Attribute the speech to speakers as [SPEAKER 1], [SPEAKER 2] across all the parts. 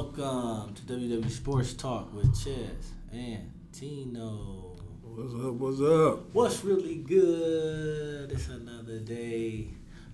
[SPEAKER 1] um, to WWE Sports Talk with Chess and Tino.
[SPEAKER 2] What's up? What's up?
[SPEAKER 1] What's really good? It's another day.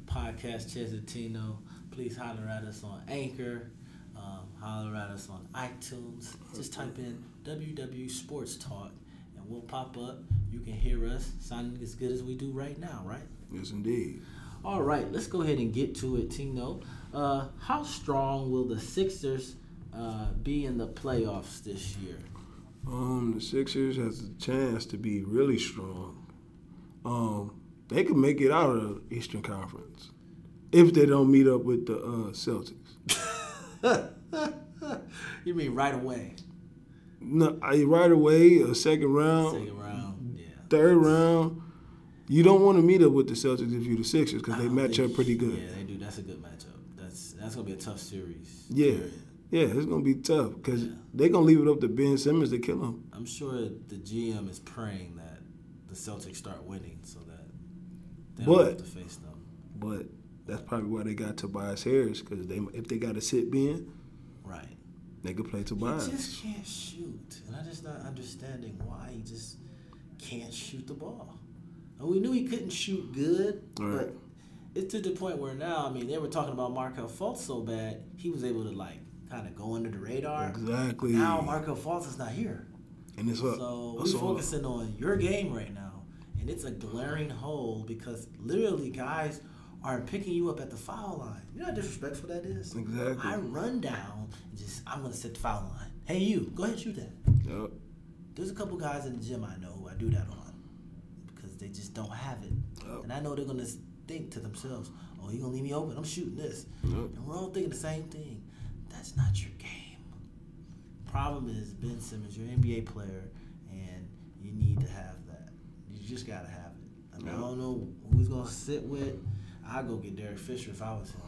[SPEAKER 1] Podcast Chess and Tino. Please holler at us on Anchor. Um, holler at us on iTunes. Just type in WW Sports Talk and we'll pop up. You can hear us sounding as good as we do right now, right?
[SPEAKER 2] Yes, indeed.
[SPEAKER 1] All right, let's go ahead and get to it, Tino. Uh, how strong will the Sixers uh, be in the playoffs this year?
[SPEAKER 2] Um, the Sixers has a chance to be really strong. Um, they can make it out of the Eastern Conference if they don't meet up with the uh, Celtics.
[SPEAKER 1] you mean right away?
[SPEAKER 2] No, I, right away, a second round,
[SPEAKER 1] Second round, yeah.
[SPEAKER 2] third round. You don't want to meet up with the Celtics if you're the Sixers because
[SPEAKER 1] I
[SPEAKER 2] they
[SPEAKER 1] don't
[SPEAKER 2] match
[SPEAKER 1] think-
[SPEAKER 2] up pretty good.
[SPEAKER 1] Yeah, they do. That's a good matchup. That's that's gonna be a tough series.
[SPEAKER 2] Yeah,
[SPEAKER 1] period.
[SPEAKER 2] yeah, it's gonna be tough because
[SPEAKER 1] Yeah.
[SPEAKER 2] they're gonna leave it up to Ben Simmons to kill him.
[SPEAKER 1] I'm sure the GM is praying that the Celtics start winning so that they don't
[SPEAKER 2] But-
[SPEAKER 1] have to face them.
[SPEAKER 2] But that's probably why they got Tobias Harris because they if they got to sit Ben,
[SPEAKER 1] Right.
[SPEAKER 2] they could play
[SPEAKER 1] He
[SPEAKER 2] Tobias.
[SPEAKER 1] just can't shoot, and I'm just not understanding why he just can't shoot the ball. And we knew he couldn't shoot good,
[SPEAKER 2] Right.
[SPEAKER 1] but it's to the point where now, I mean, they were talking about Markel Fultz so bad, he was able to like kind of go under the radar.
[SPEAKER 2] Exactly.
[SPEAKER 1] Now Markel Fultz is not here,
[SPEAKER 2] and it's up.
[SPEAKER 1] so we're
[SPEAKER 2] It's all up.
[SPEAKER 1] focusing on your game right now, and it's a glaring hole because literally guys are picking you up at the foul line. You know how disrespectful that is.
[SPEAKER 2] Exactly.
[SPEAKER 1] I run down and just I'm gonna set the foul line. Hey you, go ahead and shoot that.
[SPEAKER 2] Yup.
[SPEAKER 1] There's a couple guys in the gym I know who I do that on because they just don't have it.
[SPEAKER 2] Yup.
[SPEAKER 1] And I know they're going to think to themselves, oh, you're going to leave me open. I'm shooting this.
[SPEAKER 2] Yup.
[SPEAKER 1] And we're all thinking the same thing. That's not your game. Problem is, Ben Simmons, you're an NBA player, and you need to have that. You just got to have it. I, mean, I
[SPEAKER 2] Yup.
[SPEAKER 1] don't know who he's going to sit with. I'd go get Derek Fisher if I was him.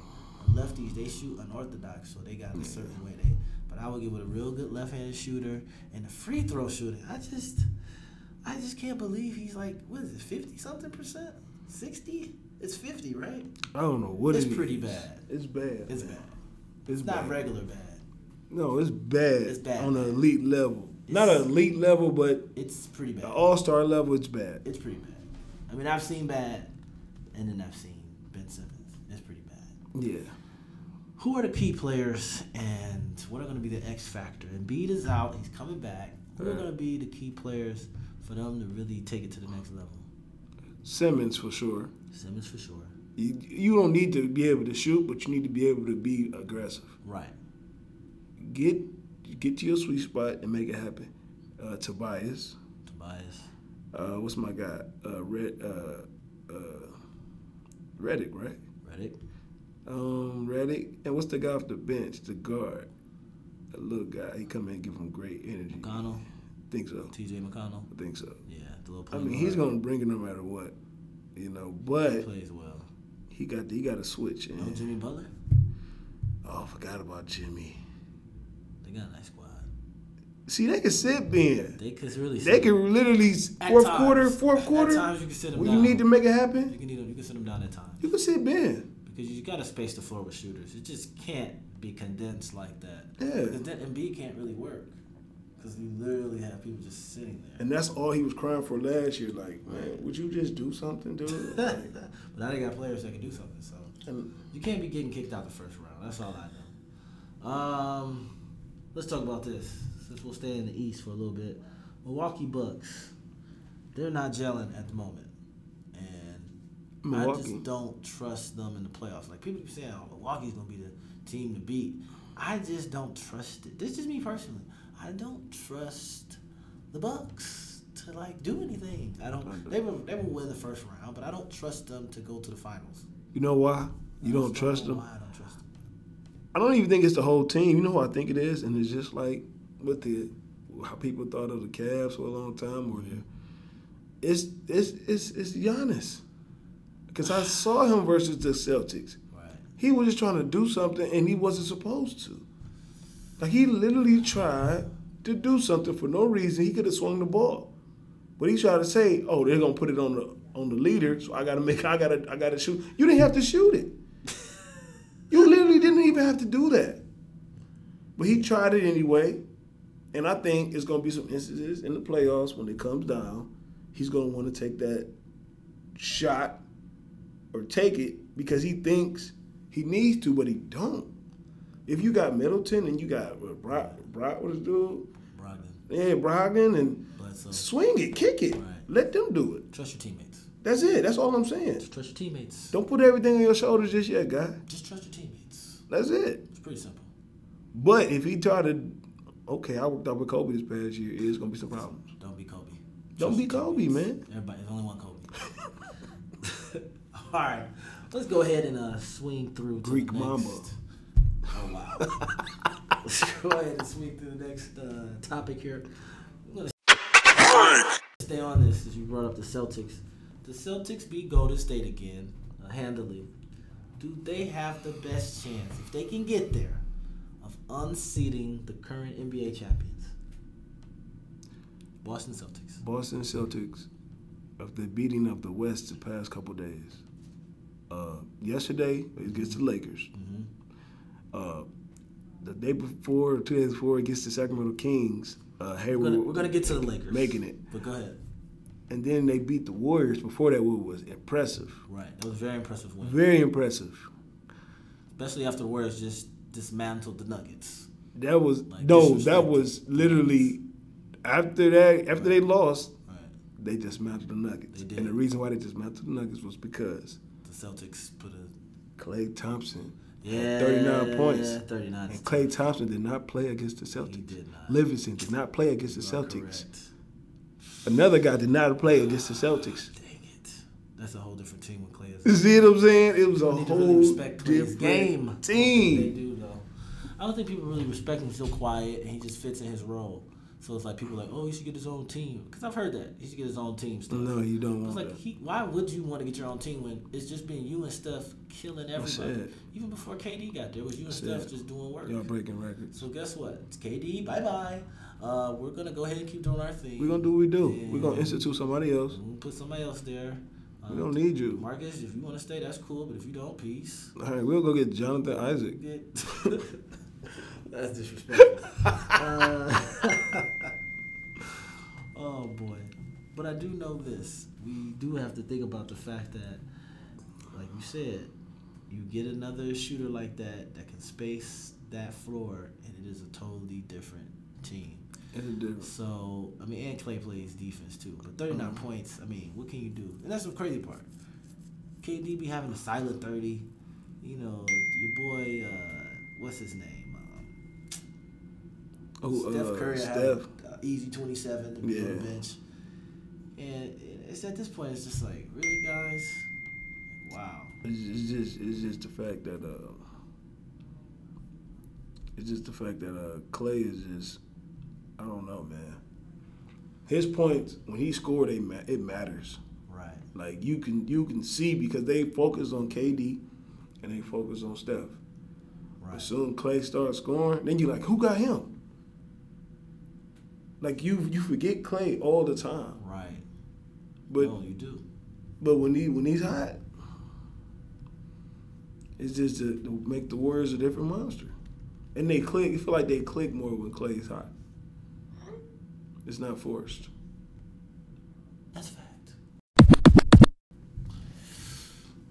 [SPEAKER 1] Lefties, they shoot unorthodox, so they got a certain way they. But I would get with a real good left-handed shooter and a free throw shooter. I just, I just can't believe he's like, what is it, fifty something percent, sixty? It's fifty, right?
[SPEAKER 2] I don't know what
[SPEAKER 1] It's
[SPEAKER 2] it
[SPEAKER 1] pretty
[SPEAKER 2] is.
[SPEAKER 1] bad.
[SPEAKER 2] It's bad.
[SPEAKER 1] It's
[SPEAKER 2] man.
[SPEAKER 1] bad.
[SPEAKER 2] It's,
[SPEAKER 1] It's
[SPEAKER 2] bad.
[SPEAKER 1] not regular bad.
[SPEAKER 2] No, it's bad.
[SPEAKER 1] It's bad.
[SPEAKER 2] on an elite level. Not
[SPEAKER 1] It's-
[SPEAKER 2] an elite level, but
[SPEAKER 1] It's pretty
[SPEAKER 2] the
[SPEAKER 1] bad.
[SPEAKER 2] All Star level. It's bad.
[SPEAKER 1] It's pretty bad. I mean, I've seen bad, and then I've seen Ben Simmons. It's pretty bad.
[SPEAKER 2] Yeah.
[SPEAKER 1] Who are the P players and what are going to be the X factor? Embiid is out. He's coming back. Who are
[SPEAKER 2] Right.
[SPEAKER 1] going to be the key players for them to really take it to the next level?
[SPEAKER 2] Simmons for sure.
[SPEAKER 1] Simmons for sure.
[SPEAKER 2] You, you don't need to be able to shoot, but you need to be able to be aggressive.
[SPEAKER 1] Right.
[SPEAKER 2] Get get to your sweet spot and make it happen. Uh, Tobias.
[SPEAKER 1] Tobias.
[SPEAKER 2] Uh, what's my guy? Uh, Red. Uh, uh, Reddick, right?
[SPEAKER 1] Reddick.
[SPEAKER 2] Um, Reddick, and what's the guy off the bench, the guard, the little guy? He come in and give him great energy.
[SPEAKER 1] McConnell.
[SPEAKER 2] Think so?
[SPEAKER 1] TJ McConnell.
[SPEAKER 2] I think so.
[SPEAKER 1] Yeah. The little
[SPEAKER 2] I
[SPEAKER 1] point
[SPEAKER 2] mean, he's
[SPEAKER 1] guard.
[SPEAKER 2] gonna bring it no matter what, you know. But
[SPEAKER 1] plays well.
[SPEAKER 2] he got he got to switch.
[SPEAKER 1] Oh,
[SPEAKER 2] And,
[SPEAKER 1] Jimmy Butler.
[SPEAKER 2] oh, I forgot about Jimmy.
[SPEAKER 1] They got a nice squad.
[SPEAKER 2] See, they can sit Ben.
[SPEAKER 1] They could really.
[SPEAKER 2] They
[SPEAKER 1] sit him.
[SPEAKER 2] can literally
[SPEAKER 1] At
[SPEAKER 2] fourth
[SPEAKER 1] times.
[SPEAKER 2] quarter, fourth
[SPEAKER 1] At
[SPEAKER 2] quarter.
[SPEAKER 1] times you can sit them
[SPEAKER 2] When you
[SPEAKER 1] down.
[SPEAKER 2] need to make it happen,
[SPEAKER 1] You can, need them, you can sit them down at times
[SPEAKER 2] you can sit Ben.
[SPEAKER 1] because you got to space the floor with shooters. It just can't be condensed like that.
[SPEAKER 2] Yeah.
[SPEAKER 1] Because then Embiid can't really work because you literally have people just sitting there.
[SPEAKER 2] And that's all he was crying for last year. Like, man, would you just do something, dude? Like,
[SPEAKER 1] but now they got players that can do something. So
[SPEAKER 2] and
[SPEAKER 1] you can't be getting kicked out the first round. That's all I know. Um, let's talk about this since we'll stay in the East for a little bit. Milwaukee Bucks, they're not gelling at the moment, and I
[SPEAKER 2] Milwaukee.
[SPEAKER 1] just don't trust them in the playoffs. Like people keep saying, oh, Milwaukee's gonna be the team to beat. I just don't trust it. This is me personally. I don't trust the Bucks to like do anything. I don't. They will. They will win the first round, but I don't trust them to go to the finals.
[SPEAKER 2] You know why? You
[SPEAKER 1] I
[SPEAKER 2] don't
[SPEAKER 1] just
[SPEAKER 2] trust
[SPEAKER 1] know
[SPEAKER 2] them.
[SPEAKER 1] why I don't trust them.
[SPEAKER 2] I don't even think it's the whole team. You know who I think it is, and it's just like with the how people thought of the Cavs for a long time, or the it's it's it's it's Giannis. Because I saw him versus the Celtics.
[SPEAKER 1] Right.
[SPEAKER 2] He was just trying to do something, and he wasn't supposed to. Like he literally tried to do something for no reason. He could have swung the ball, but he tried to say, "Oh, they're gonna put it on the on the leader, so I gotta make, I gotta, I gotta shoot." You didn't have to shoot it. you literally didn't even have to do that. But he tried it anyway. And I think it's going to be some instances in the playoffs when it comes down, he's going to want to take that shot or take it because he thinks he needs to, but he don't. If you got Middleton and you got uh, Brock, Brock was dude,
[SPEAKER 1] Brogdon,
[SPEAKER 2] yeah, Brogdon, and
[SPEAKER 1] Bledsoe.
[SPEAKER 2] swing it, kick it,
[SPEAKER 1] Right.
[SPEAKER 2] let them do it.
[SPEAKER 1] Trust your teammates.
[SPEAKER 2] That's it. That's all I'm saying.
[SPEAKER 1] Just trust your teammates.
[SPEAKER 2] Don't put everything on your shoulders just yet, guy.
[SPEAKER 1] Just trust your teammates.
[SPEAKER 2] That's it.
[SPEAKER 1] It's pretty simple.
[SPEAKER 2] But if he tried to, okay, I worked out with Kobe this past year. It's gonna be some problems.
[SPEAKER 1] Don't be Kobe.
[SPEAKER 2] Don't
[SPEAKER 1] Trust
[SPEAKER 2] be
[SPEAKER 1] your
[SPEAKER 2] Kobe,
[SPEAKER 1] teammates.
[SPEAKER 2] man.
[SPEAKER 1] Everybody, there's only one Kobe. All right, let's go ahead and uh, swing through to
[SPEAKER 2] Greek
[SPEAKER 1] the next.
[SPEAKER 2] Mamba.
[SPEAKER 1] Oh wow. let's go ahead and swing through the next uh, topic here. I'm gonna stay on this as you brought up the Celtics. The Celtics beat Golden State again uh, handily. Do they have the best chance if they can get there of unseating the current NBA champions, Boston Celtics?
[SPEAKER 2] Boston Celtics, of the beating of the West the past couple days. Uh, yesterday against the Lakers.
[SPEAKER 1] Mhm.
[SPEAKER 2] Uh, the day before, two days before against the Sacramento Kings. Uh,
[SPEAKER 1] We're
[SPEAKER 2] Hayward
[SPEAKER 1] gonna, we're gonna get to the Lakers.
[SPEAKER 2] making it,
[SPEAKER 1] But go ahead.
[SPEAKER 2] and then they beat the Warriors before that, which was impressive,
[SPEAKER 1] Right. That was a very impressive win.
[SPEAKER 2] very impressive.
[SPEAKER 1] Especially after the Warriors just dismantled the Nuggets.
[SPEAKER 2] That was
[SPEAKER 1] Like,
[SPEAKER 2] no, that
[SPEAKER 1] disrespect.
[SPEAKER 2] was literally after that. After they lost,
[SPEAKER 1] Right.
[SPEAKER 2] they dismantled the Nuggets,
[SPEAKER 1] They did.
[SPEAKER 2] and the reason why they dismantled the Nuggets was because
[SPEAKER 1] The Celtics put a
[SPEAKER 2] Clay Thompson
[SPEAKER 1] yeah,
[SPEAKER 2] 39 points.
[SPEAKER 1] 39.
[SPEAKER 2] and Clay Thompson did not play against the Celtics.
[SPEAKER 1] He did not.
[SPEAKER 2] Livingston did not play against the
[SPEAKER 1] You are
[SPEAKER 2] Celtics.
[SPEAKER 1] correct.
[SPEAKER 2] Another guy did not play against the Celtics.
[SPEAKER 1] Dang it. That's a whole different team when Clay is.
[SPEAKER 2] You see what I'm saying? It was a
[SPEAKER 1] They need to
[SPEAKER 2] whole
[SPEAKER 1] really respect Clay's
[SPEAKER 2] different
[SPEAKER 1] game. They
[SPEAKER 2] team.
[SPEAKER 1] do though. I don't think people really respect him. He's so quiet, and he just fits in his role. So it's like people are like, oh, he should get his own team. Because I've heard that he should get his own team stuff.
[SPEAKER 2] No, you don't
[SPEAKER 1] It's
[SPEAKER 2] want
[SPEAKER 1] like,
[SPEAKER 2] that.
[SPEAKER 1] he, why would you want to get your own team when it's just been you and Steph killing everybody?
[SPEAKER 2] it.
[SPEAKER 1] Even before KD got there, it was you and
[SPEAKER 2] That's
[SPEAKER 1] Steph
[SPEAKER 2] it.
[SPEAKER 1] just doing work.
[SPEAKER 2] Y'all breaking records.
[SPEAKER 1] So guess what? It's KD. Bye bye. Uh, we're gonna go ahead and keep doing our thing.
[SPEAKER 2] We're gonna do what we do.
[SPEAKER 1] Yeah.
[SPEAKER 2] We're gonna institute somebody else.
[SPEAKER 1] We'll put somebody else there.
[SPEAKER 2] We don't need you.
[SPEAKER 1] Marcus. If you want to stay, that's cool. But if you don't, peace.
[SPEAKER 2] All right, we'll go get Jonathan Isaac.
[SPEAKER 1] Get- that's disrespectful. uh, oh boy. But I do know this. We do have to think about the fact that, like you said, you get another shooter like that that can space that floor, and it is a totally different team.
[SPEAKER 2] It's a difference.
[SPEAKER 1] So I mean, and Clay plays defense too. But thirty
[SPEAKER 2] Mhm.
[SPEAKER 1] points, I mean, what can you do? And that's the crazy part. KD be having a silent thirty. You know, your boy, uh, what's his name? Um,
[SPEAKER 2] Oh,
[SPEAKER 1] Steph
[SPEAKER 2] uh,
[SPEAKER 1] Curry
[SPEAKER 2] Steph.
[SPEAKER 1] had an easy twenty seven to be on
[SPEAKER 2] Yeah.
[SPEAKER 1] the bench. And it's at this point, it's just like, really, guys? Wow.
[SPEAKER 2] It's, it's just it's just the fact that uh, it's just the fact that uh, Clay is just I don't know, man. His points when he scored, they ma- it matters.
[SPEAKER 1] Right.
[SPEAKER 2] Like you can you can see because they focus on KD and they focus on Steph. As
[SPEAKER 1] Right.
[SPEAKER 2] soon Clay starts scoring, then you're like, who got him? Like you you forget Clay all the time,
[SPEAKER 1] Right.
[SPEAKER 2] but
[SPEAKER 1] no, you do.
[SPEAKER 2] But when he when he's hot, it's just to, to make the Warriors a different monster, and they click. You feel like they click more when Clay's hot. It's not forced.
[SPEAKER 1] That's a fact.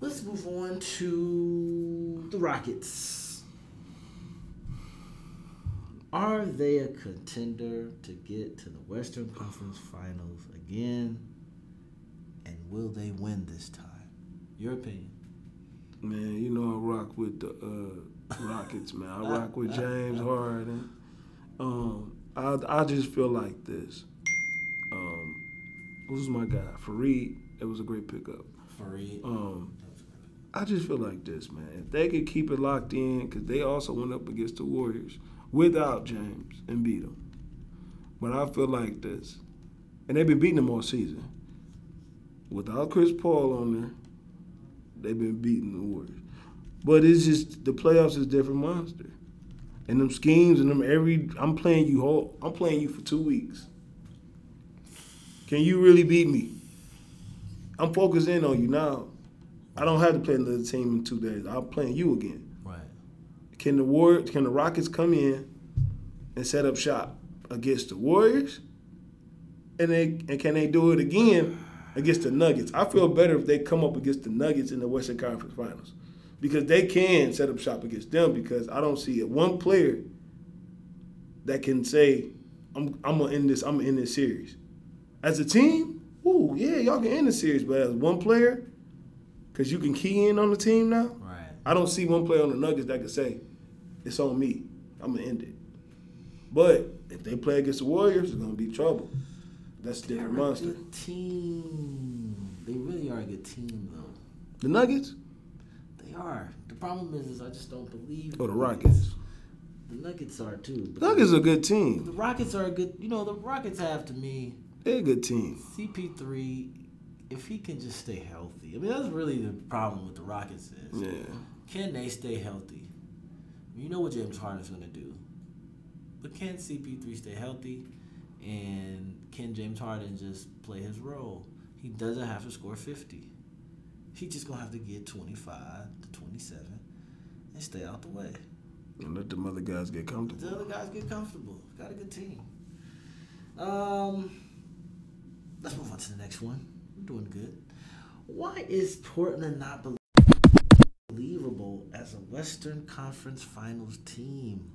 [SPEAKER 1] Let's move on to the Rockets. Are they a contender to get to the Western Conference Finals again? And will they win this time? Your opinion.
[SPEAKER 2] Man, you know I rock with the uh, Rockets, man. I rock with James Harden. Um, I I just feel like this. Um, who's my guy? Fareed. It was a great pickup.
[SPEAKER 1] For real.
[SPEAKER 2] Um, I just feel like this, man. If they could keep it locked in, because they also went up against the Warriors without James and beat them. But I feel like this, and they've been beating them all season. Without Chris Paul on there, they've been beating the Warriors. But it's just the playoffs is a different monster, and them schemes and them every. I'm playing you whole. I'm playing you for two weeks. Can you really beat me? I'm focused in on you now. I don't have to play another team in two days. I'm playing you again.
[SPEAKER 1] Right.
[SPEAKER 2] Can the War? Can the Rockets come in and set up shop against the Warriors? And they and can they do it again against the Nuggets? I feel better if they come up against the Nuggets in the Western Conference Finals because they can set up shop against them because I don't see it one player that can say I'm I'm gonna end this I'm gonna end this series. As a team, ooh yeah, y'all can end the series, but as one player, because you can key in on the team now.
[SPEAKER 1] Right.
[SPEAKER 2] I don't see one player on the Nuggets that could say, "It's on me. I'm gonna end it." But if they play against the Warriors, it's gonna be trouble. That's a
[SPEAKER 1] They're
[SPEAKER 2] different
[SPEAKER 1] a
[SPEAKER 2] monster.
[SPEAKER 1] good team. They really are a good team, though.
[SPEAKER 2] The Nuggets
[SPEAKER 1] They are. The problem is, is I just don't believe.
[SPEAKER 2] or Oh, the Rockets?
[SPEAKER 1] The Nuggets are too. but-
[SPEAKER 2] The Nuggets are a good
[SPEAKER 1] The
[SPEAKER 2] team.
[SPEAKER 1] Rockets are a good. You know, the Rockets have to me
[SPEAKER 2] They're a good team.
[SPEAKER 1] CP3. If he can just stay healthy, I mean that's really the problem with the Rockets is
[SPEAKER 2] Yeah.
[SPEAKER 1] can they stay healthy? You know what James Harden's gonna do, but can CP3 stay healthy? And can James Harden just play his role? He doesn't have to score 50. He just gonna have to get 25 to 27 and stay out the way.
[SPEAKER 2] And let them other guys get comfortable.
[SPEAKER 1] The other guys get comfortable. Got a good team. Um, let's move on to the next one. We're doing good. Why is Portland not bel- believable as a Western Conference Finals team?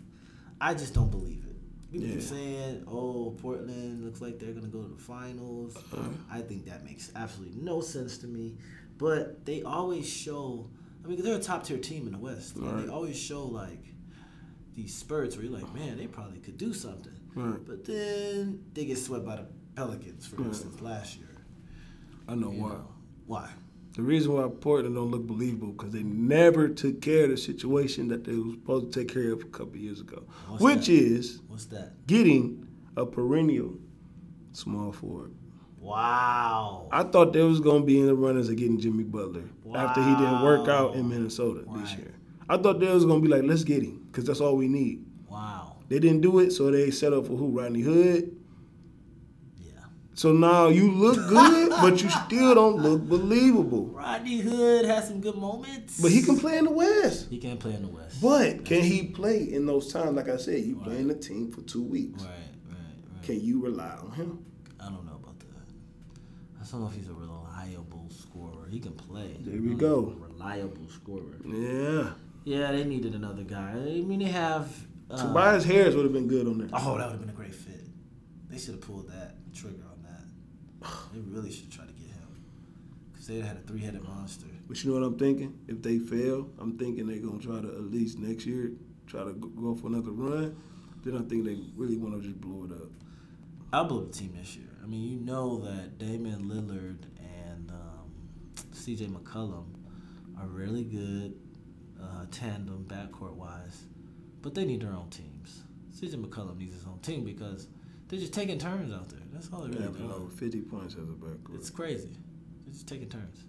[SPEAKER 1] I just don't believe it. People keep
[SPEAKER 2] Yeah.
[SPEAKER 1] saying, "Oh, Portland looks like they're gonna go to the finals."
[SPEAKER 2] Uh-huh.
[SPEAKER 1] I think that makes absolutely no sense to me. But they always show. I mean, they they're a top tier team in the West. and
[SPEAKER 2] Right.
[SPEAKER 1] They always show like these spurts where you're like, man, they probably could do something.
[SPEAKER 2] Right.
[SPEAKER 1] But then they get swept by the Pelicans, for instance, last year.
[SPEAKER 2] I know
[SPEAKER 1] you
[SPEAKER 2] why.
[SPEAKER 1] know. Why?
[SPEAKER 2] The reason why Portland don't look believable because they never took care of the situation that they were supposed to take care of a couple years ago,
[SPEAKER 1] What's
[SPEAKER 2] which
[SPEAKER 1] that?
[SPEAKER 2] is
[SPEAKER 1] What's that?
[SPEAKER 2] getting a perennial small forward.
[SPEAKER 1] Wow.
[SPEAKER 2] I thought they was gonna be in the runners of getting Jimmy Butler after he didn't work
[SPEAKER 1] Wow.
[SPEAKER 2] out in Minnesota this
[SPEAKER 1] Right.
[SPEAKER 2] year. I thought they was gonna be like, let's get him because that's all we need.
[SPEAKER 1] wow.
[SPEAKER 2] They didn't do it, so they set up for who Rodney Hood.
[SPEAKER 1] Yeah.
[SPEAKER 2] So now you look good, but you still don't look believable.
[SPEAKER 1] Rodney Hood has some good moments.
[SPEAKER 2] But he can play in the West.
[SPEAKER 1] He can play in the West.
[SPEAKER 2] But can he play in those times? Like I said, you playing the team for two weeks.
[SPEAKER 1] Right, right, right.
[SPEAKER 2] Can you rely on him?
[SPEAKER 1] I don't know about that. I don't know if he's a reliable scorer. He can play.
[SPEAKER 2] There we
[SPEAKER 1] He's
[SPEAKER 2] go.
[SPEAKER 1] a reliable scorer.
[SPEAKER 2] Yeah.
[SPEAKER 1] Yeah, they needed another guy. I mean, they have. Uh,
[SPEAKER 2] Tobias Harris would have been good on there.
[SPEAKER 1] Oh, that would have been a great fit. They should have pulled that trigger on that. They really should have tried to get him. Because they had a three headed monster.
[SPEAKER 2] But you know what I'm thinking? If they fail, I'm thinking they're gonna try to at least next year try to go- go for another run. Then I think they really want to just blow it up.
[SPEAKER 1] I blew the team this year. I mean, you know that Damon Lillard and um, CJ McCollum are really good uh, tandem backcourt wise, but they need their own teams. CJ McCollum needs his own team because they're just taking turns out there. That's all they're
[SPEAKER 2] They
[SPEAKER 1] really
[SPEAKER 2] have
[SPEAKER 1] doing.
[SPEAKER 2] over 50 points as a backcourt.
[SPEAKER 1] It's crazy. They're just taking turns.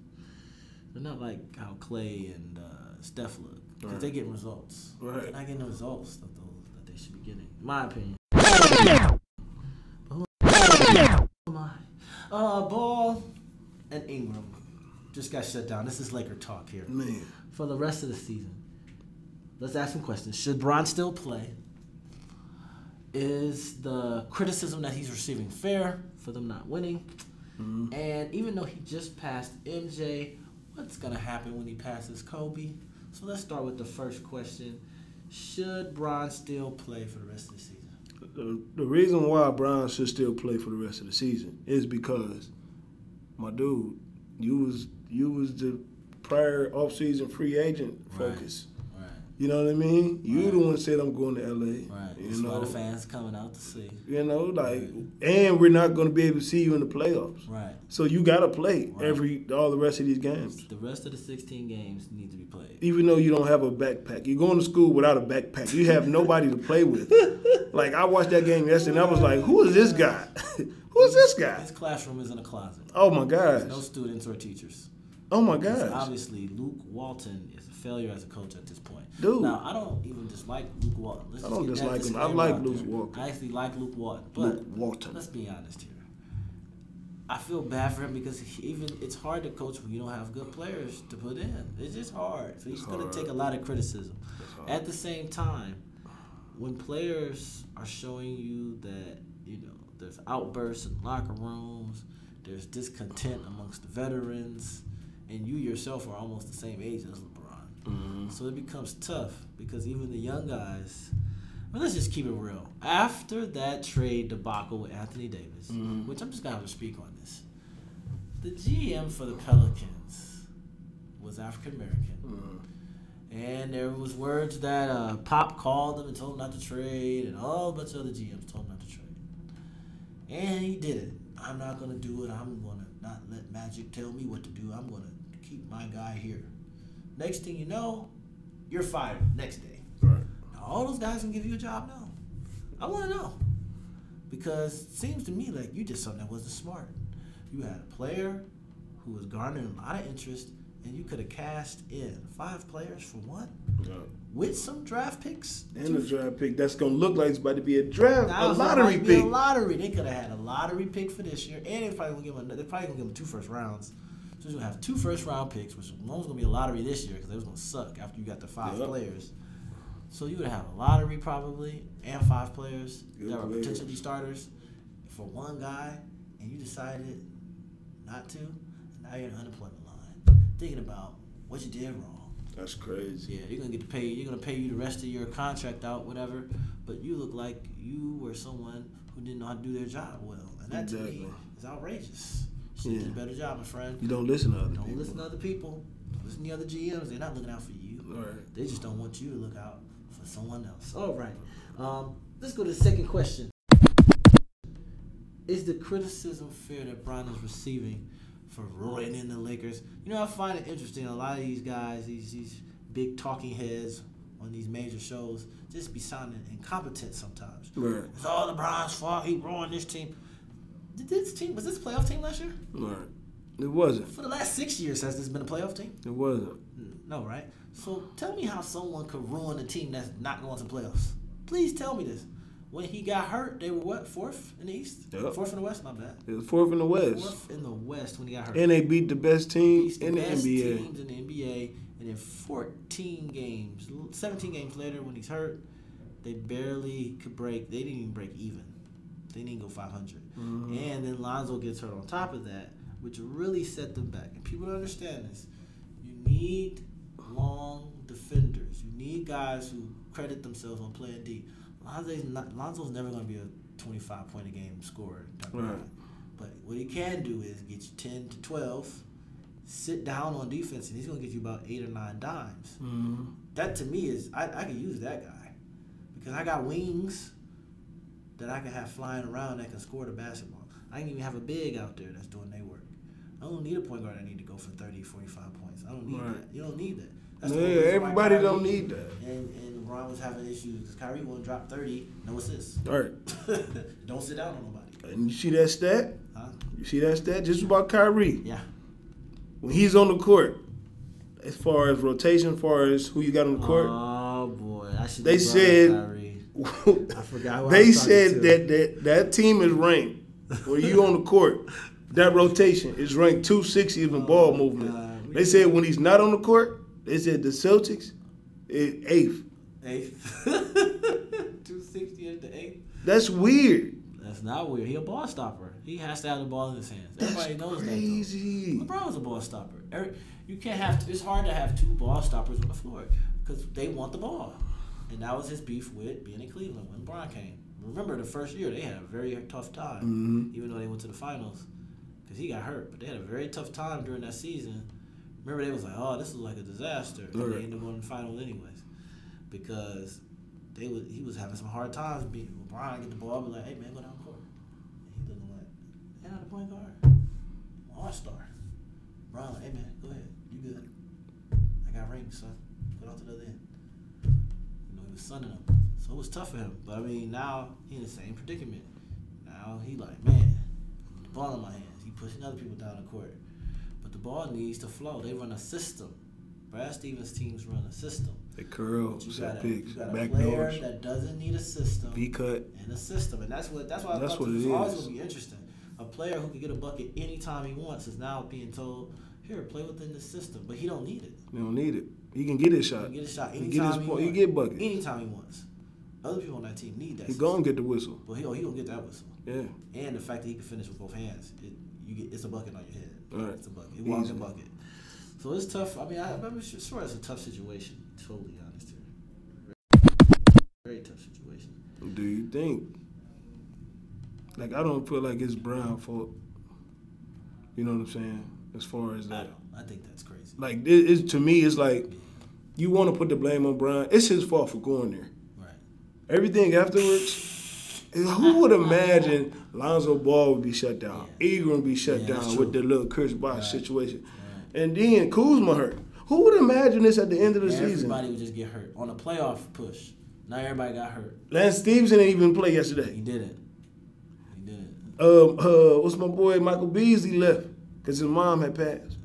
[SPEAKER 1] They're not like how Clay and uh, Steph look because
[SPEAKER 2] Right.
[SPEAKER 1] they get results.
[SPEAKER 2] Right.
[SPEAKER 1] They're not getting the results that, those, that they should be getting, in my opinion. But who am I? Uh, Ball and Ingram just got shut down. This is Laker talk here
[SPEAKER 2] Man,
[SPEAKER 1] for the rest of the season. Let's ask some questions. Should Bron still play? Is the criticism that he's receiving fair for them not winning? And even though he just passed MJ, what's going to happen when he passes Kobe? So let's start with the first question. Should Bron still play for the rest of the season?
[SPEAKER 2] the, the reason why Brown should still play for the rest of the season is because, my dude, you was you was the prior offseason free agent
[SPEAKER 1] Right.
[SPEAKER 2] focus.
[SPEAKER 1] Right,
[SPEAKER 2] You know what I mean? You the
[SPEAKER 1] Right.
[SPEAKER 2] one said I'm going to LA.
[SPEAKER 1] right.
[SPEAKER 2] You
[SPEAKER 1] That's why
[SPEAKER 2] know,
[SPEAKER 1] the fans coming out to see.
[SPEAKER 2] you know, like, and we're not going to be able to see you in the playoffs.
[SPEAKER 1] Right.
[SPEAKER 2] So you gotta play
[SPEAKER 1] Right.
[SPEAKER 2] every all the rest of these games.
[SPEAKER 1] The rest of the 16 games need to be played.
[SPEAKER 2] Even though you don't have a backpack, you're going to school without a backpack. You have nobody to play with. Like I watched that game yesterday, and I was like, "Who is this guy? Who is this guy?
[SPEAKER 1] His classroom is in a closet.
[SPEAKER 2] Oh my gosh!
[SPEAKER 1] No students or teachers.
[SPEAKER 2] Oh my
[SPEAKER 1] Because
[SPEAKER 2] gosh!
[SPEAKER 1] Obviously, Luke Walton is a failure as a coach at this point.
[SPEAKER 2] Dude.
[SPEAKER 1] Now, I don't even dislike Luke Walton. Let's
[SPEAKER 2] I
[SPEAKER 1] just
[SPEAKER 2] don't
[SPEAKER 1] get that
[SPEAKER 2] dislike him. I
[SPEAKER 1] disclaimer
[SPEAKER 2] like
[SPEAKER 1] out
[SPEAKER 2] Luke
[SPEAKER 1] there.
[SPEAKER 2] Walton.
[SPEAKER 1] I actually like Luke Walton. But
[SPEAKER 2] Luke Walton.
[SPEAKER 1] let's be honest here. I feel bad for him because he, even it's hard to coach when you don't have good players to put in. It's just hard. So he's going
[SPEAKER 2] hard.
[SPEAKER 1] to take a lot of criticism.
[SPEAKER 2] hard.
[SPEAKER 1] At the same time, when players are showing you that you know there's outbursts in locker rooms, there's discontent amongst the veterans, and you yourself are almost the same age as LeBron, so it becomes tough because even the young guys. But let's just keep it real. After that trade debacle with Anthony Davis, which I'm just gonna have to speak on this, the GM for the Pelicans was African
[SPEAKER 2] Mm-hmm.
[SPEAKER 1] American.
[SPEAKER 2] Mm.
[SPEAKER 1] And there was words that uh, Pop called him and told him not to trade, and all a bunch of other GMs told him not to trade. And he did it. I'm not gonna do it. I'm gonna not let Magic tell me what to do. I'm gonna keep my guy here. Next thing you know, you're fired. Next day.
[SPEAKER 2] Right.
[SPEAKER 1] Now, all those guys can give you a job now. I want to know. Because it seems to me like you did something that wasn't smart. You had a player who was garnering a lot of interest, and you could have cashed in five players for one
[SPEAKER 2] Right.
[SPEAKER 1] with some draft picks. that
[SPEAKER 2] And a
[SPEAKER 1] you-
[SPEAKER 2] draft pick that's gonna look like it's about to be a draft,
[SPEAKER 1] That
[SPEAKER 2] a
[SPEAKER 1] was- that
[SPEAKER 2] lottery
[SPEAKER 1] might be
[SPEAKER 2] pick.
[SPEAKER 1] A lottery. They could have had a lottery pick for this year, and they probably gonna give him. They probably gonna give him two first rounds. So you're gonna have two first round picks, which one was gonna be a lottery this year because they was gonna suck after you got the five
[SPEAKER 2] Yep.
[SPEAKER 1] players. So you would have a lottery probably and five players
[SPEAKER 2] Good
[SPEAKER 1] that were
[SPEAKER 2] players.
[SPEAKER 1] potentially starters for one guy, and you decided not to. And now you're in the unemployment line, thinking about what you did wrong.
[SPEAKER 2] That's crazy.
[SPEAKER 1] Yeah, you're gonna get paid. You're gonna pay you the rest of your contract out, whatever. But you look like you were someone who did not do their job well, and that to me
[SPEAKER 2] Exactly.
[SPEAKER 1] is outrageous. Should
[SPEAKER 2] Yeah.
[SPEAKER 1] do a better job, my friend.
[SPEAKER 2] You don't listen to other
[SPEAKER 1] Don't
[SPEAKER 2] people.
[SPEAKER 1] listen to other people. Listen to the other GMs. They're not looking out for you.
[SPEAKER 2] All right.
[SPEAKER 1] They just don't want you to look out for someone else. All right. Um, let's go to the second question. Is the criticism fair that Bron is receiving for ruining the Lakers? You know, I find it interesting. A lot of these guys, these these big talking heads on these major shows, just be sounding incompetent sometimes.
[SPEAKER 2] Right.
[SPEAKER 1] It's all LeBron's fault. He ruined this team. Did this team was this a playoff team last year?
[SPEAKER 2] All right. It wasn't.
[SPEAKER 1] For the last six years, has this been a playoff team?
[SPEAKER 2] It wasn't.
[SPEAKER 1] No, right? So tell me how someone could ruin a team that's not going to playoffs. Please tell me this. When he got hurt, they were what fourth in the East,
[SPEAKER 2] Yep.
[SPEAKER 1] fourth in the West. My bad.
[SPEAKER 2] It was fourth in the West.
[SPEAKER 1] Fourth in the West when he got hurt.
[SPEAKER 2] And they beat the best team
[SPEAKER 1] He's the
[SPEAKER 2] in the
[SPEAKER 1] best
[SPEAKER 2] NBA.
[SPEAKER 1] teams in the NBA, and then 14 games, 17 games later when he's hurt, they barely could break. They didn't even break even. They didn't even go 500.
[SPEAKER 2] Mm-hmm.
[SPEAKER 1] And then Lonzo gets hurt on top of that, which really set them back. And people don't understand this. You need long defenders. You need guys who credit themselves on playing D. Lonzo's not, Lonzo's never going to be a 25 point a game scorer. type of guy.
[SPEAKER 2] Right.
[SPEAKER 1] But what he can do is get you 10 to 12 sit down on defense and he's gonna get you about eight or nine dimes.
[SPEAKER 2] Mhm.
[SPEAKER 1] That to me is I, I can use that guy because I got wings that I can have flying around that can score the basketball. I can even have a big out there that's doing their work. I don't need a point guard. I need to go for 30, 45 points. I don't need
[SPEAKER 2] Right.
[SPEAKER 1] that. You don't need that.
[SPEAKER 2] Yeah,
[SPEAKER 1] the only reason why
[SPEAKER 2] everybody don't
[SPEAKER 1] Kyrie
[SPEAKER 2] need that.
[SPEAKER 1] And and Ron was having issues because Kyrie won't drop 30, no assists.
[SPEAKER 2] All right.
[SPEAKER 1] don't sit down on nobody.
[SPEAKER 2] And you see that stat?
[SPEAKER 1] Huh?
[SPEAKER 2] You see that stat? Just about Kyrie.
[SPEAKER 1] Yeah.
[SPEAKER 2] When he's on the court, as far as rotation, as far as who you got on the court,
[SPEAKER 1] Oh boy, I should.
[SPEAKER 2] They
[SPEAKER 1] have brought up
[SPEAKER 2] said-
[SPEAKER 1] Kyrie. I forgot who I
[SPEAKER 2] they
[SPEAKER 1] was talking to.
[SPEAKER 2] said that, that that team is ranked. When you on the court, that rotation is ranked 260 in ball
[SPEAKER 1] Oh my
[SPEAKER 2] movement.
[SPEAKER 1] God.
[SPEAKER 2] They said when he's not on the court, they said the Celtics is eighth.
[SPEAKER 1] Eighth. 260 at the eighth.
[SPEAKER 2] That's weird.
[SPEAKER 1] That's not weird. He a ball stopper. He has to have the ball in his hands.
[SPEAKER 2] That's
[SPEAKER 1] Everybody knows that.
[SPEAKER 2] crazy.
[SPEAKER 1] Though. LeBron was a ball stopper. Every- You can't have. It's hard to have two ball stoppers on the floor because they want the ball, and that was his beef with being in Cleveland when LeBron came. Remember the first year they had a very tough time,
[SPEAKER 2] Mm-hmm.
[SPEAKER 1] even though they went to the finals because he got hurt. But they had a very tough time during that season. Remember they was like, "Oh, this is like a disaster," and
[SPEAKER 2] Right.
[SPEAKER 1] they ended up going to the finals anyways because they was he was having some hard times. Being LeBron get the ball, be like, "Hey man, go down court." And he looking like, "Hey, not a point guard, all star." LeBron like, "Hey man, go ahead, you good? I got rings, son. Go down to the other end." You know he was sunning him, so it was tough for him. But I mean, now he in the same predicament. Now he like, man, the ball in my hands. He pushing other people down the court, but the ball needs to flow. They run a system. Brad Stevens' teams run a system.
[SPEAKER 2] They curl,
[SPEAKER 1] You
[SPEAKER 2] set
[SPEAKER 1] got, a,
[SPEAKER 2] picks,
[SPEAKER 1] you got a
[SPEAKER 2] back
[SPEAKER 1] player
[SPEAKER 2] doors,
[SPEAKER 1] that doesn't need a system
[SPEAKER 2] V cut.
[SPEAKER 1] and a system, and that's what that's why I
[SPEAKER 2] That's
[SPEAKER 1] thought
[SPEAKER 2] what
[SPEAKER 1] this
[SPEAKER 2] it
[SPEAKER 1] was always
[SPEAKER 2] is.
[SPEAKER 1] going to be interesting. A player who can get a bucket anytime he wants is now being told, "Here, play within the system," but he don't need it.
[SPEAKER 2] You don't need it. He can get his
[SPEAKER 1] He
[SPEAKER 2] shot.
[SPEAKER 1] can get a shot
[SPEAKER 2] He
[SPEAKER 1] anytime
[SPEAKER 2] get his
[SPEAKER 1] he
[SPEAKER 2] point. He
[SPEAKER 1] wants.
[SPEAKER 2] get bucket.
[SPEAKER 1] anytime he wants. Other people on that team need that.
[SPEAKER 2] He
[SPEAKER 1] system.
[SPEAKER 2] gonna get the whistle.
[SPEAKER 1] But he don't, he don't get that whistle.
[SPEAKER 2] Yeah.
[SPEAKER 1] And the fact that he can finish with both hands, it, you get, it's a bucket on your head.
[SPEAKER 2] Right.
[SPEAKER 1] It's a bucket. It was a
[SPEAKER 2] Easy.
[SPEAKER 1] bucket. So it's tough. I mean, I remember sh- sure it's a tough situation. Totally honest here. Very tough situation.
[SPEAKER 2] Do you think? Like I don't feel like it's Brown fault. You know what I'm saying? As far as
[SPEAKER 1] I
[SPEAKER 2] that,
[SPEAKER 1] don't. I think that's crazy.
[SPEAKER 2] like it is to me, it's like you want to put the blame on Brown. It's his fault for going there.
[SPEAKER 1] Right.
[SPEAKER 2] Everything afterwards, who would imagine Lonzo Ball would be shut down, Ingram be shut
[SPEAKER 1] Yeah, that's
[SPEAKER 2] down with the
[SPEAKER 1] true.
[SPEAKER 2] little Chris Bosh situation,
[SPEAKER 1] Right.
[SPEAKER 2] and then Kuzma hurt. Who would imagine this at the end of the season?
[SPEAKER 1] Everybody would just get hurt on a playoff push. Not everybody got hurt.
[SPEAKER 2] Lance Stevenson didn't even play
[SPEAKER 1] He
[SPEAKER 2] yesterday.
[SPEAKER 1] didn't. He didn't.
[SPEAKER 2] Um, uh, what's my boy Michael Beasley left because his mom had passed,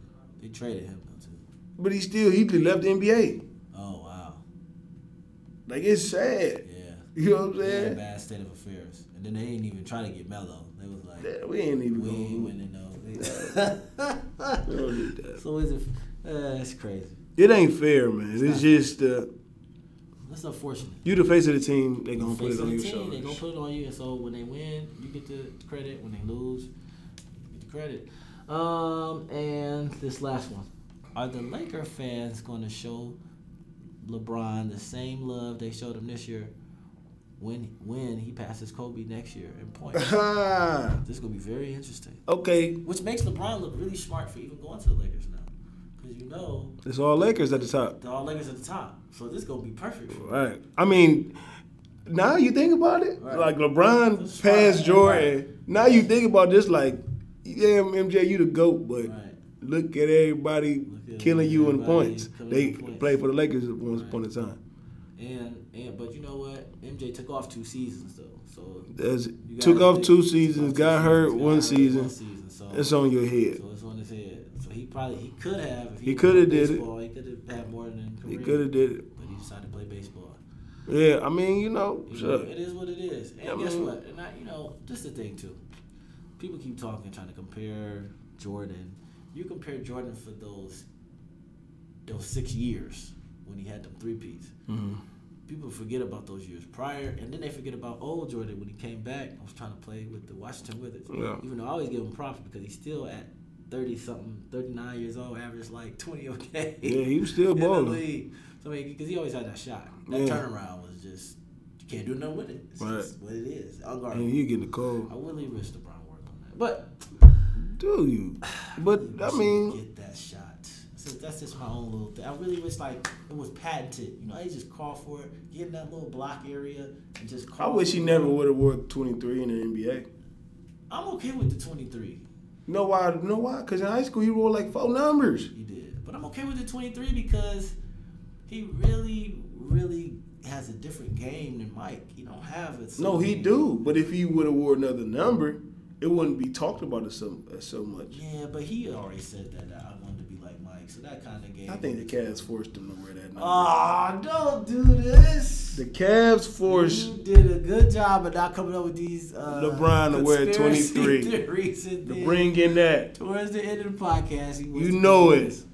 [SPEAKER 1] They traded him though too.
[SPEAKER 2] but he still he left the NBA.
[SPEAKER 1] Oh wow.
[SPEAKER 2] Like it's sad.
[SPEAKER 1] Yeah.
[SPEAKER 2] You know what I'm
[SPEAKER 1] They had a
[SPEAKER 2] saying?
[SPEAKER 1] bad state of affairs, and then they didn't even try to get mellow. They was like,
[SPEAKER 2] Yeah, we ain't even
[SPEAKER 1] we ain't
[SPEAKER 2] going.
[SPEAKER 1] winning no.
[SPEAKER 2] We don't need that.
[SPEAKER 1] so is it? Uh, it's crazy.
[SPEAKER 2] It ain't fair, man. It's,
[SPEAKER 1] not.
[SPEAKER 2] just uh,
[SPEAKER 1] That's unfortunate.
[SPEAKER 2] you the face of the team. They gonna
[SPEAKER 1] Face
[SPEAKER 2] put it
[SPEAKER 1] of
[SPEAKER 2] on
[SPEAKER 1] the
[SPEAKER 2] your
[SPEAKER 1] team, They gonna
[SPEAKER 2] shoulders.
[SPEAKER 1] put it on you, and so when they win, you get the credit. When they lose, you get the credit. Um, and this last one: Are the Laker fans going to show LeBron the same love they showed him this year when when he passes Kobe next year in points?
[SPEAKER 2] Ha!
[SPEAKER 1] this is gonna be very interesting.
[SPEAKER 2] okay,
[SPEAKER 1] Which makes LeBron look really smart for even going to the Lakers now, because you know
[SPEAKER 2] it's all Lakers at the top.
[SPEAKER 1] the all Lakers at the top. So this gonna be perfect. For him.
[SPEAKER 2] Right. I mean, now you think about it,
[SPEAKER 1] Right.
[SPEAKER 2] like LeBron
[SPEAKER 1] That's
[SPEAKER 2] passed
[SPEAKER 1] right.
[SPEAKER 2] Jordan. Now you think about this, like, yeah, MJ, you the goat, but
[SPEAKER 1] Right.
[SPEAKER 2] look at everybody
[SPEAKER 1] Look at
[SPEAKER 2] killing you in
[SPEAKER 1] everybody
[SPEAKER 2] points.
[SPEAKER 1] killing
[SPEAKER 2] They
[SPEAKER 1] the points.
[SPEAKER 2] played for the Lakers at once
[SPEAKER 1] Right.
[SPEAKER 2] upon a time.
[SPEAKER 1] And and but you know what? MJ took off two seasons though. So
[SPEAKER 2] That's,
[SPEAKER 1] you gotta
[SPEAKER 2] took off
[SPEAKER 1] think-
[SPEAKER 2] two
[SPEAKER 1] took
[SPEAKER 2] seasons,
[SPEAKER 1] off two
[SPEAKER 2] got hurt
[SPEAKER 1] seasons,
[SPEAKER 2] one
[SPEAKER 1] got hurt
[SPEAKER 2] season.
[SPEAKER 1] One season. So
[SPEAKER 2] It's on your head.
[SPEAKER 1] so it's on his head. So he probably he could have if he,
[SPEAKER 2] He coulda
[SPEAKER 1] played
[SPEAKER 2] did it.
[SPEAKER 1] baseball, He could have had more than
[SPEAKER 2] He
[SPEAKER 1] career.
[SPEAKER 2] could have did it.
[SPEAKER 1] but he decided to play baseball.
[SPEAKER 2] Yeah, I mean, you know,
[SPEAKER 1] You know,
[SPEAKER 2] sure.
[SPEAKER 1] It is what it is. And
[SPEAKER 2] I
[SPEAKER 1] guess
[SPEAKER 2] mean-
[SPEAKER 1] what? And I, you know, just the thing too. People keep talking, trying to compare Jordan. You compare Jordan for those those six years when he had them three peats.
[SPEAKER 2] Mhm.
[SPEAKER 1] People forget about those years prior, and then they forget about old Jordan when he came back. I was trying to play with the Washington Wizards.
[SPEAKER 2] Yeah.
[SPEAKER 1] Even though I always give him props because he's still at thirty something, thirty nine years old, averaged like twenty a game.
[SPEAKER 2] Yeah, he was still
[SPEAKER 1] in the
[SPEAKER 2] balling.
[SPEAKER 1] league. So I mean, because he always had that shot. That
[SPEAKER 2] Yeah.
[SPEAKER 1] turnaround was just you can't do nothing with it. It's
[SPEAKER 2] Right.
[SPEAKER 1] just what it is. Unguardable.
[SPEAKER 2] And you getting the
[SPEAKER 1] I
[SPEAKER 2] cold.
[SPEAKER 1] really wish LeBron worked on that, but
[SPEAKER 2] Do you? But
[SPEAKER 1] really
[SPEAKER 2] I
[SPEAKER 1] wish he
[SPEAKER 2] mean,
[SPEAKER 1] could get that shot. So that's just my own little thing. I really wish like it was patented. You know, they just call for it, get in that little block area, and just
[SPEAKER 2] I
[SPEAKER 1] call.
[SPEAKER 2] wish he
[SPEAKER 1] for it.
[SPEAKER 2] never would have wore 23 in the NBA.
[SPEAKER 1] I'm okay with the 23.
[SPEAKER 2] You know why? You know why? Because in high school, he rolled like four numbers.
[SPEAKER 1] He did, but I'm okay with the 23 because he really, really has a different game than Mike. He don't have it. so
[SPEAKER 2] No, he
[SPEAKER 1] many-
[SPEAKER 2] do. But if he would have wore another number, it wouldn't be talked about as so, as so much.
[SPEAKER 1] Yeah, but he already said that, that I wanted to be like Mike, so that kind of game.
[SPEAKER 2] I think the Cavs forced him to wear that number.
[SPEAKER 1] Ah, don't do this.
[SPEAKER 2] the Cavs forced
[SPEAKER 1] You did a good job of not coming up with these uh,
[SPEAKER 2] LeBron to wear
[SPEAKER 1] conspiracy
[SPEAKER 2] 23.
[SPEAKER 1] theories and
[SPEAKER 2] to
[SPEAKER 1] then
[SPEAKER 2] bring in that.
[SPEAKER 1] towards the end of the podcast. He wants to
[SPEAKER 2] You
[SPEAKER 1] do
[SPEAKER 2] know it.
[SPEAKER 1] this.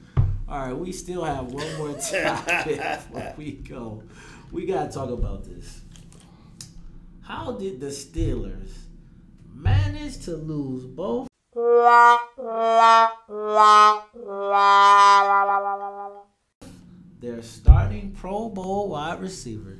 [SPEAKER 1] All right, we still have one more topic before we go. We gotta talk about this. How did the Steelers manage to lose both? Their starting Pro Bowl wide receiver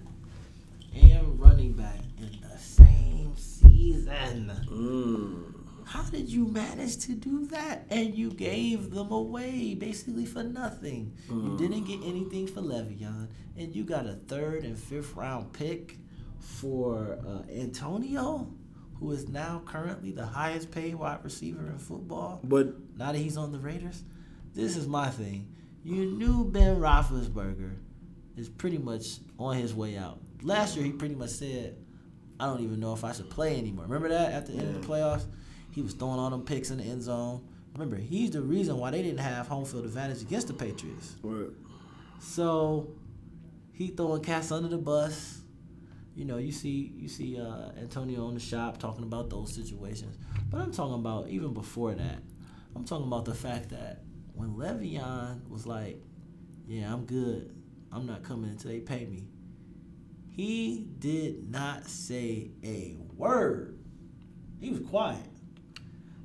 [SPEAKER 1] and running back in the same season.
[SPEAKER 2] Mm.
[SPEAKER 1] How did you manage to do that? And you gave them away basically for nothing. You didn't get anything for Le'Veon, and you got a third and fifth round pick for uh, Antonio, who is now currently the highest paid wide receiver in football.
[SPEAKER 2] But
[SPEAKER 1] Now that he's on the Raiders, this is my thing. You knew Ben Roethlisberger is pretty much on his way out. Last year, he pretty much said, "I don't even know if I should play anymore." Remember that at the end of the playoffs, he was throwing all them picks in the end zone. Remember, he's the reason why they didn't have home field advantage against the Patriots.
[SPEAKER 2] but
[SPEAKER 1] So he throwing cats under the bus. You know, you see you see uh, Antonio on the shop talking about those situations. But I'm talking about even before that. I'm talking about the fact that when Le'Veon was like, "Yeah, I'm good. I'm not coming until they pay me." He did not say a word. He was quiet.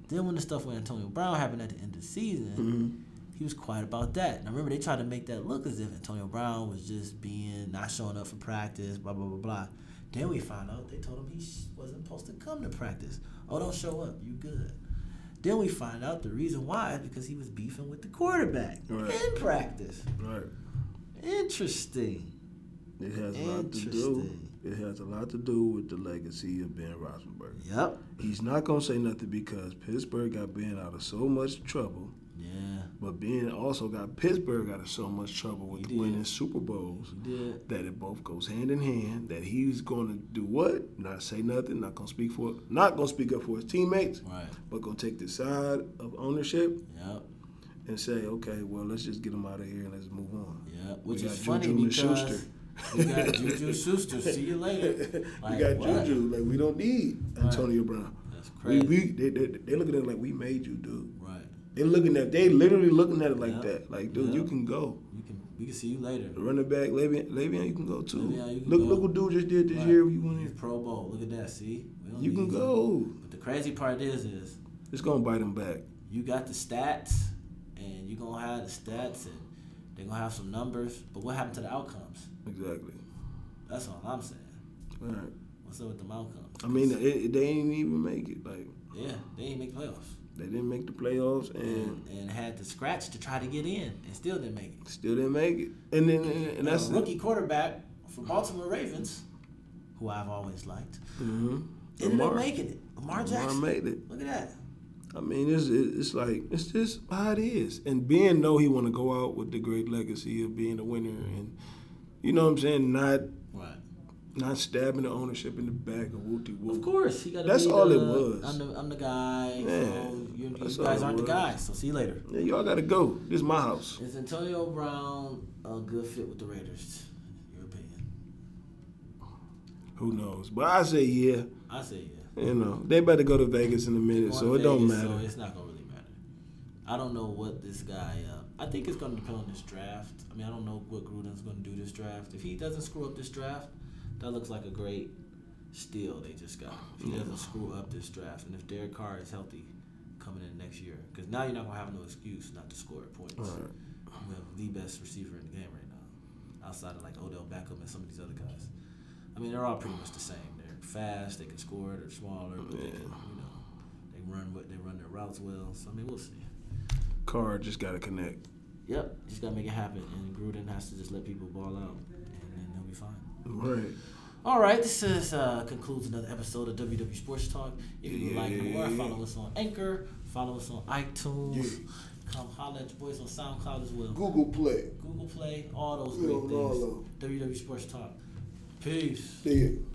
[SPEAKER 1] Then when the stuff with Antonio Brown happened at the end of the season,
[SPEAKER 2] Mm-hmm.
[SPEAKER 1] he was quiet about that. Now remember, they tried to make that look as if Antonio Brown was just being not showing up for practice, blah blah blah blah. Then we found out they told him he sh- wasn't supposed to come to practice. Oh, don't show up. You good. Then we find out the reason why is because he was beefing with the quarterback
[SPEAKER 2] Right.
[SPEAKER 1] in practice.
[SPEAKER 2] Right.
[SPEAKER 1] Interesting.
[SPEAKER 2] It has a lot to do.
[SPEAKER 1] Interesting.
[SPEAKER 2] It has a lot to do with the legacy of Ben Roethlisberger.
[SPEAKER 1] Yep.
[SPEAKER 2] He's not gonna say nothing because Pittsburgh got Ben out of so much trouble,
[SPEAKER 1] Yeah.
[SPEAKER 2] but Ben also got Pittsburgh out of so much trouble with
[SPEAKER 1] He did.
[SPEAKER 2] winning Super Bowls
[SPEAKER 1] He did.
[SPEAKER 2] that it both goes hand in hand. That he's gonna do what? Not say nothing. Not gonna speak for. Not gonna speak up for his teammates,
[SPEAKER 1] Right.
[SPEAKER 2] but gonna take the side of ownership
[SPEAKER 1] Yep.
[SPEAKER 2] and say, okay, well, let's just get him out of here and let's move on.
[SPEAKER 1] Yeah, which
[SPEAKER 2] We
[SPEAKER 1] is
[SPEAKER 2] got
[SPEAKER 1] funny
[SPEAKER 2] Juju and
[SPEAKER 1] because
[SPEAKER 2] Schuster.
[SPEAKER 1] we got Juju Schuster. See you later. Like,
[SPEAKER 2] we got
[SPEAKER 1] what?
[SPEAKER 2] Juju. Like we don't need Antonio Brown.
[SPEAKER 1] That's
[SPEAKER 2] We,
[SPEAKER 1] crazy.
[SPEAKER 2] we they, they they looking at it like we made you, dude.
[SPEAKER 1] right.
[SPEAKER 2] They looking at they literally looking at it like
[SPEAKER 1] Yeah.
[SPEAKER 2] that. Like, dude,
[SPEAKER 1] Yeah.
[SPEAKER 2] you can go.
[SPEAKER 1] You can we can see you later.
[SPEAKER 2] The running back, Le'Veon, Le'Veon, you can go too.
[SPEAKER 1] Le'Veon, you can
[SPEAKER 2] look,
[SPEAKER 1] go.
[SPEAKER 2] look what dude just did this
[SPEAKER 1] Right.
[SPEAKER 2] year. You want
[SPEAKER 1] He's Pro Bowl. Look at that. See, we don't
[SPEAKER 2] You can
[SPEAKER 1] need
[SPEAKER 2] go.
[SPEAKER 1] But the crazy part is, is
[SPEAKER 2] It's gonna bite him back.
[SPEAKER 1] you got the stats, and you gonna have the stats, and they're gonna have some numbers. But what happened to the outcomes?
[SPEAKER 2] Exactly.
[SPEAKER 1] That's all I'm saying.
[SPEAKER 2] All right.
[SPEAKER 1] What's up with them outcomes?
[SPEAKER 2] I mean, it, it- they ain't even make it. Like
[SPEAKER 1] yeah, they ain't make playoffs,
[SPEAKER 2] they didn't make the playoffs and
[SPEAKER 1] and, and had to scratch to try to get in, and still didn't make it.
[SPEAKER 2] still didn't make it. And then and, and that's
[SPEAKER 1] a rookie quarterback for Baltimore Ravens, who I've always liked,
[SPEAKER 2] Mm-hmm.
[SPEAKER 1] ended up making it. Lamar Jackson.
[SPEAKER 2] made it.
[SPEAKER 1] Look at that.
[SPEAKER 2] I mean, it's it- it's like it's just how it is. And Ben know he want to go out with the great legacy of being a winner, and you know what I'm saying, not
[SPEAKER 1] Right.
[SPEAKER 2] not stabbing the ownership in the back of wooty woo.
[SPEAKER 1] Of course, he got.
[SPEAKER 2] That's
[SPEAKER 1] be
[SPEAKER 2] all
[SPEAKER 1] the,
[SPEAKER 2] it was.
[SPEAKER 1] I'm the, I'm the guy. so
[SPEAKER 2] Man,
[SPEAKER 1] you, you guys
[SPEAKER 2] that's all it
[SPEAKER 1] aren't the
[SPEAKER 2] was.
[SPEAKER 1] guys. So see you later.
[SPEAKER 2] Yeah, y'all gotta go. This is my house.
[SPEAKER 1] Is Antonio Brown a good fit with the Raiders? in Your opinion?
[SPEAKER 2] Who knows? But I say yeah.
[SPEAKER 1] I say yeah.
[SPEAKER 2] You know, they better go to Vegas in a minute, so it
[SPEAKER 1] Going to
[SPEAKER 2] don't
[SPEAKER 1] Vegas,
[SPEAKER 2] matter.
[SPEAKER 1] So it's not gonna really matter. I don't know what this guy. Uh, I think it's gonna depend on this draft. I mean, I don't know what Gruden's gonna do this draft. If he doesn't screw up this draft, that looks like a great steal they just got. If he doesn't screw up this draft, and if Derek Carr is healthy coming in next year, because now you're not gonna have no excuse not to score points.
[SPEAKER 2] All right.
[SPEAKER 1] We have the best receiver in the game right now, outside of like Odell Beckham and some of these other guys. I mean, they're all pretty much the same. They're fast. They can score. They're smaller, but they
[SPEAKER 2] Yeah.
[SPEAKER 1] can, you know, they run what they run their routes well. So I mean, we'll see.
[SPEAKER 2] Carr just gotta connect.
[SPEAKER 1] Yep, just gotta make it happen, and Gruden has to just let people ball out, and then he'll be fine.
[SPEAKER 2] Right.
[SPEAKER 1] All right, this is uh, concludes another episode of WW Sports Talk. If you would like more,
[SPEAKER 2] Yeah.
[SPEAKER 1] follow us on Anchor, follow us on iTunes.
[SPEAKER 2] Yeah.
[SPEAKER 1] Come holler at your boys on SoundCloud as well.
[SPEAKER 2] Google Play.
[SPEAKER 1] Google Play, all those
[SPEAKER 2] We
[SPEAKER 1] great
[SPEAKER 2] on all
[SPEAKER 1] things. WW Sports Talk. Peace.
[SPEAKER 2] Yeah.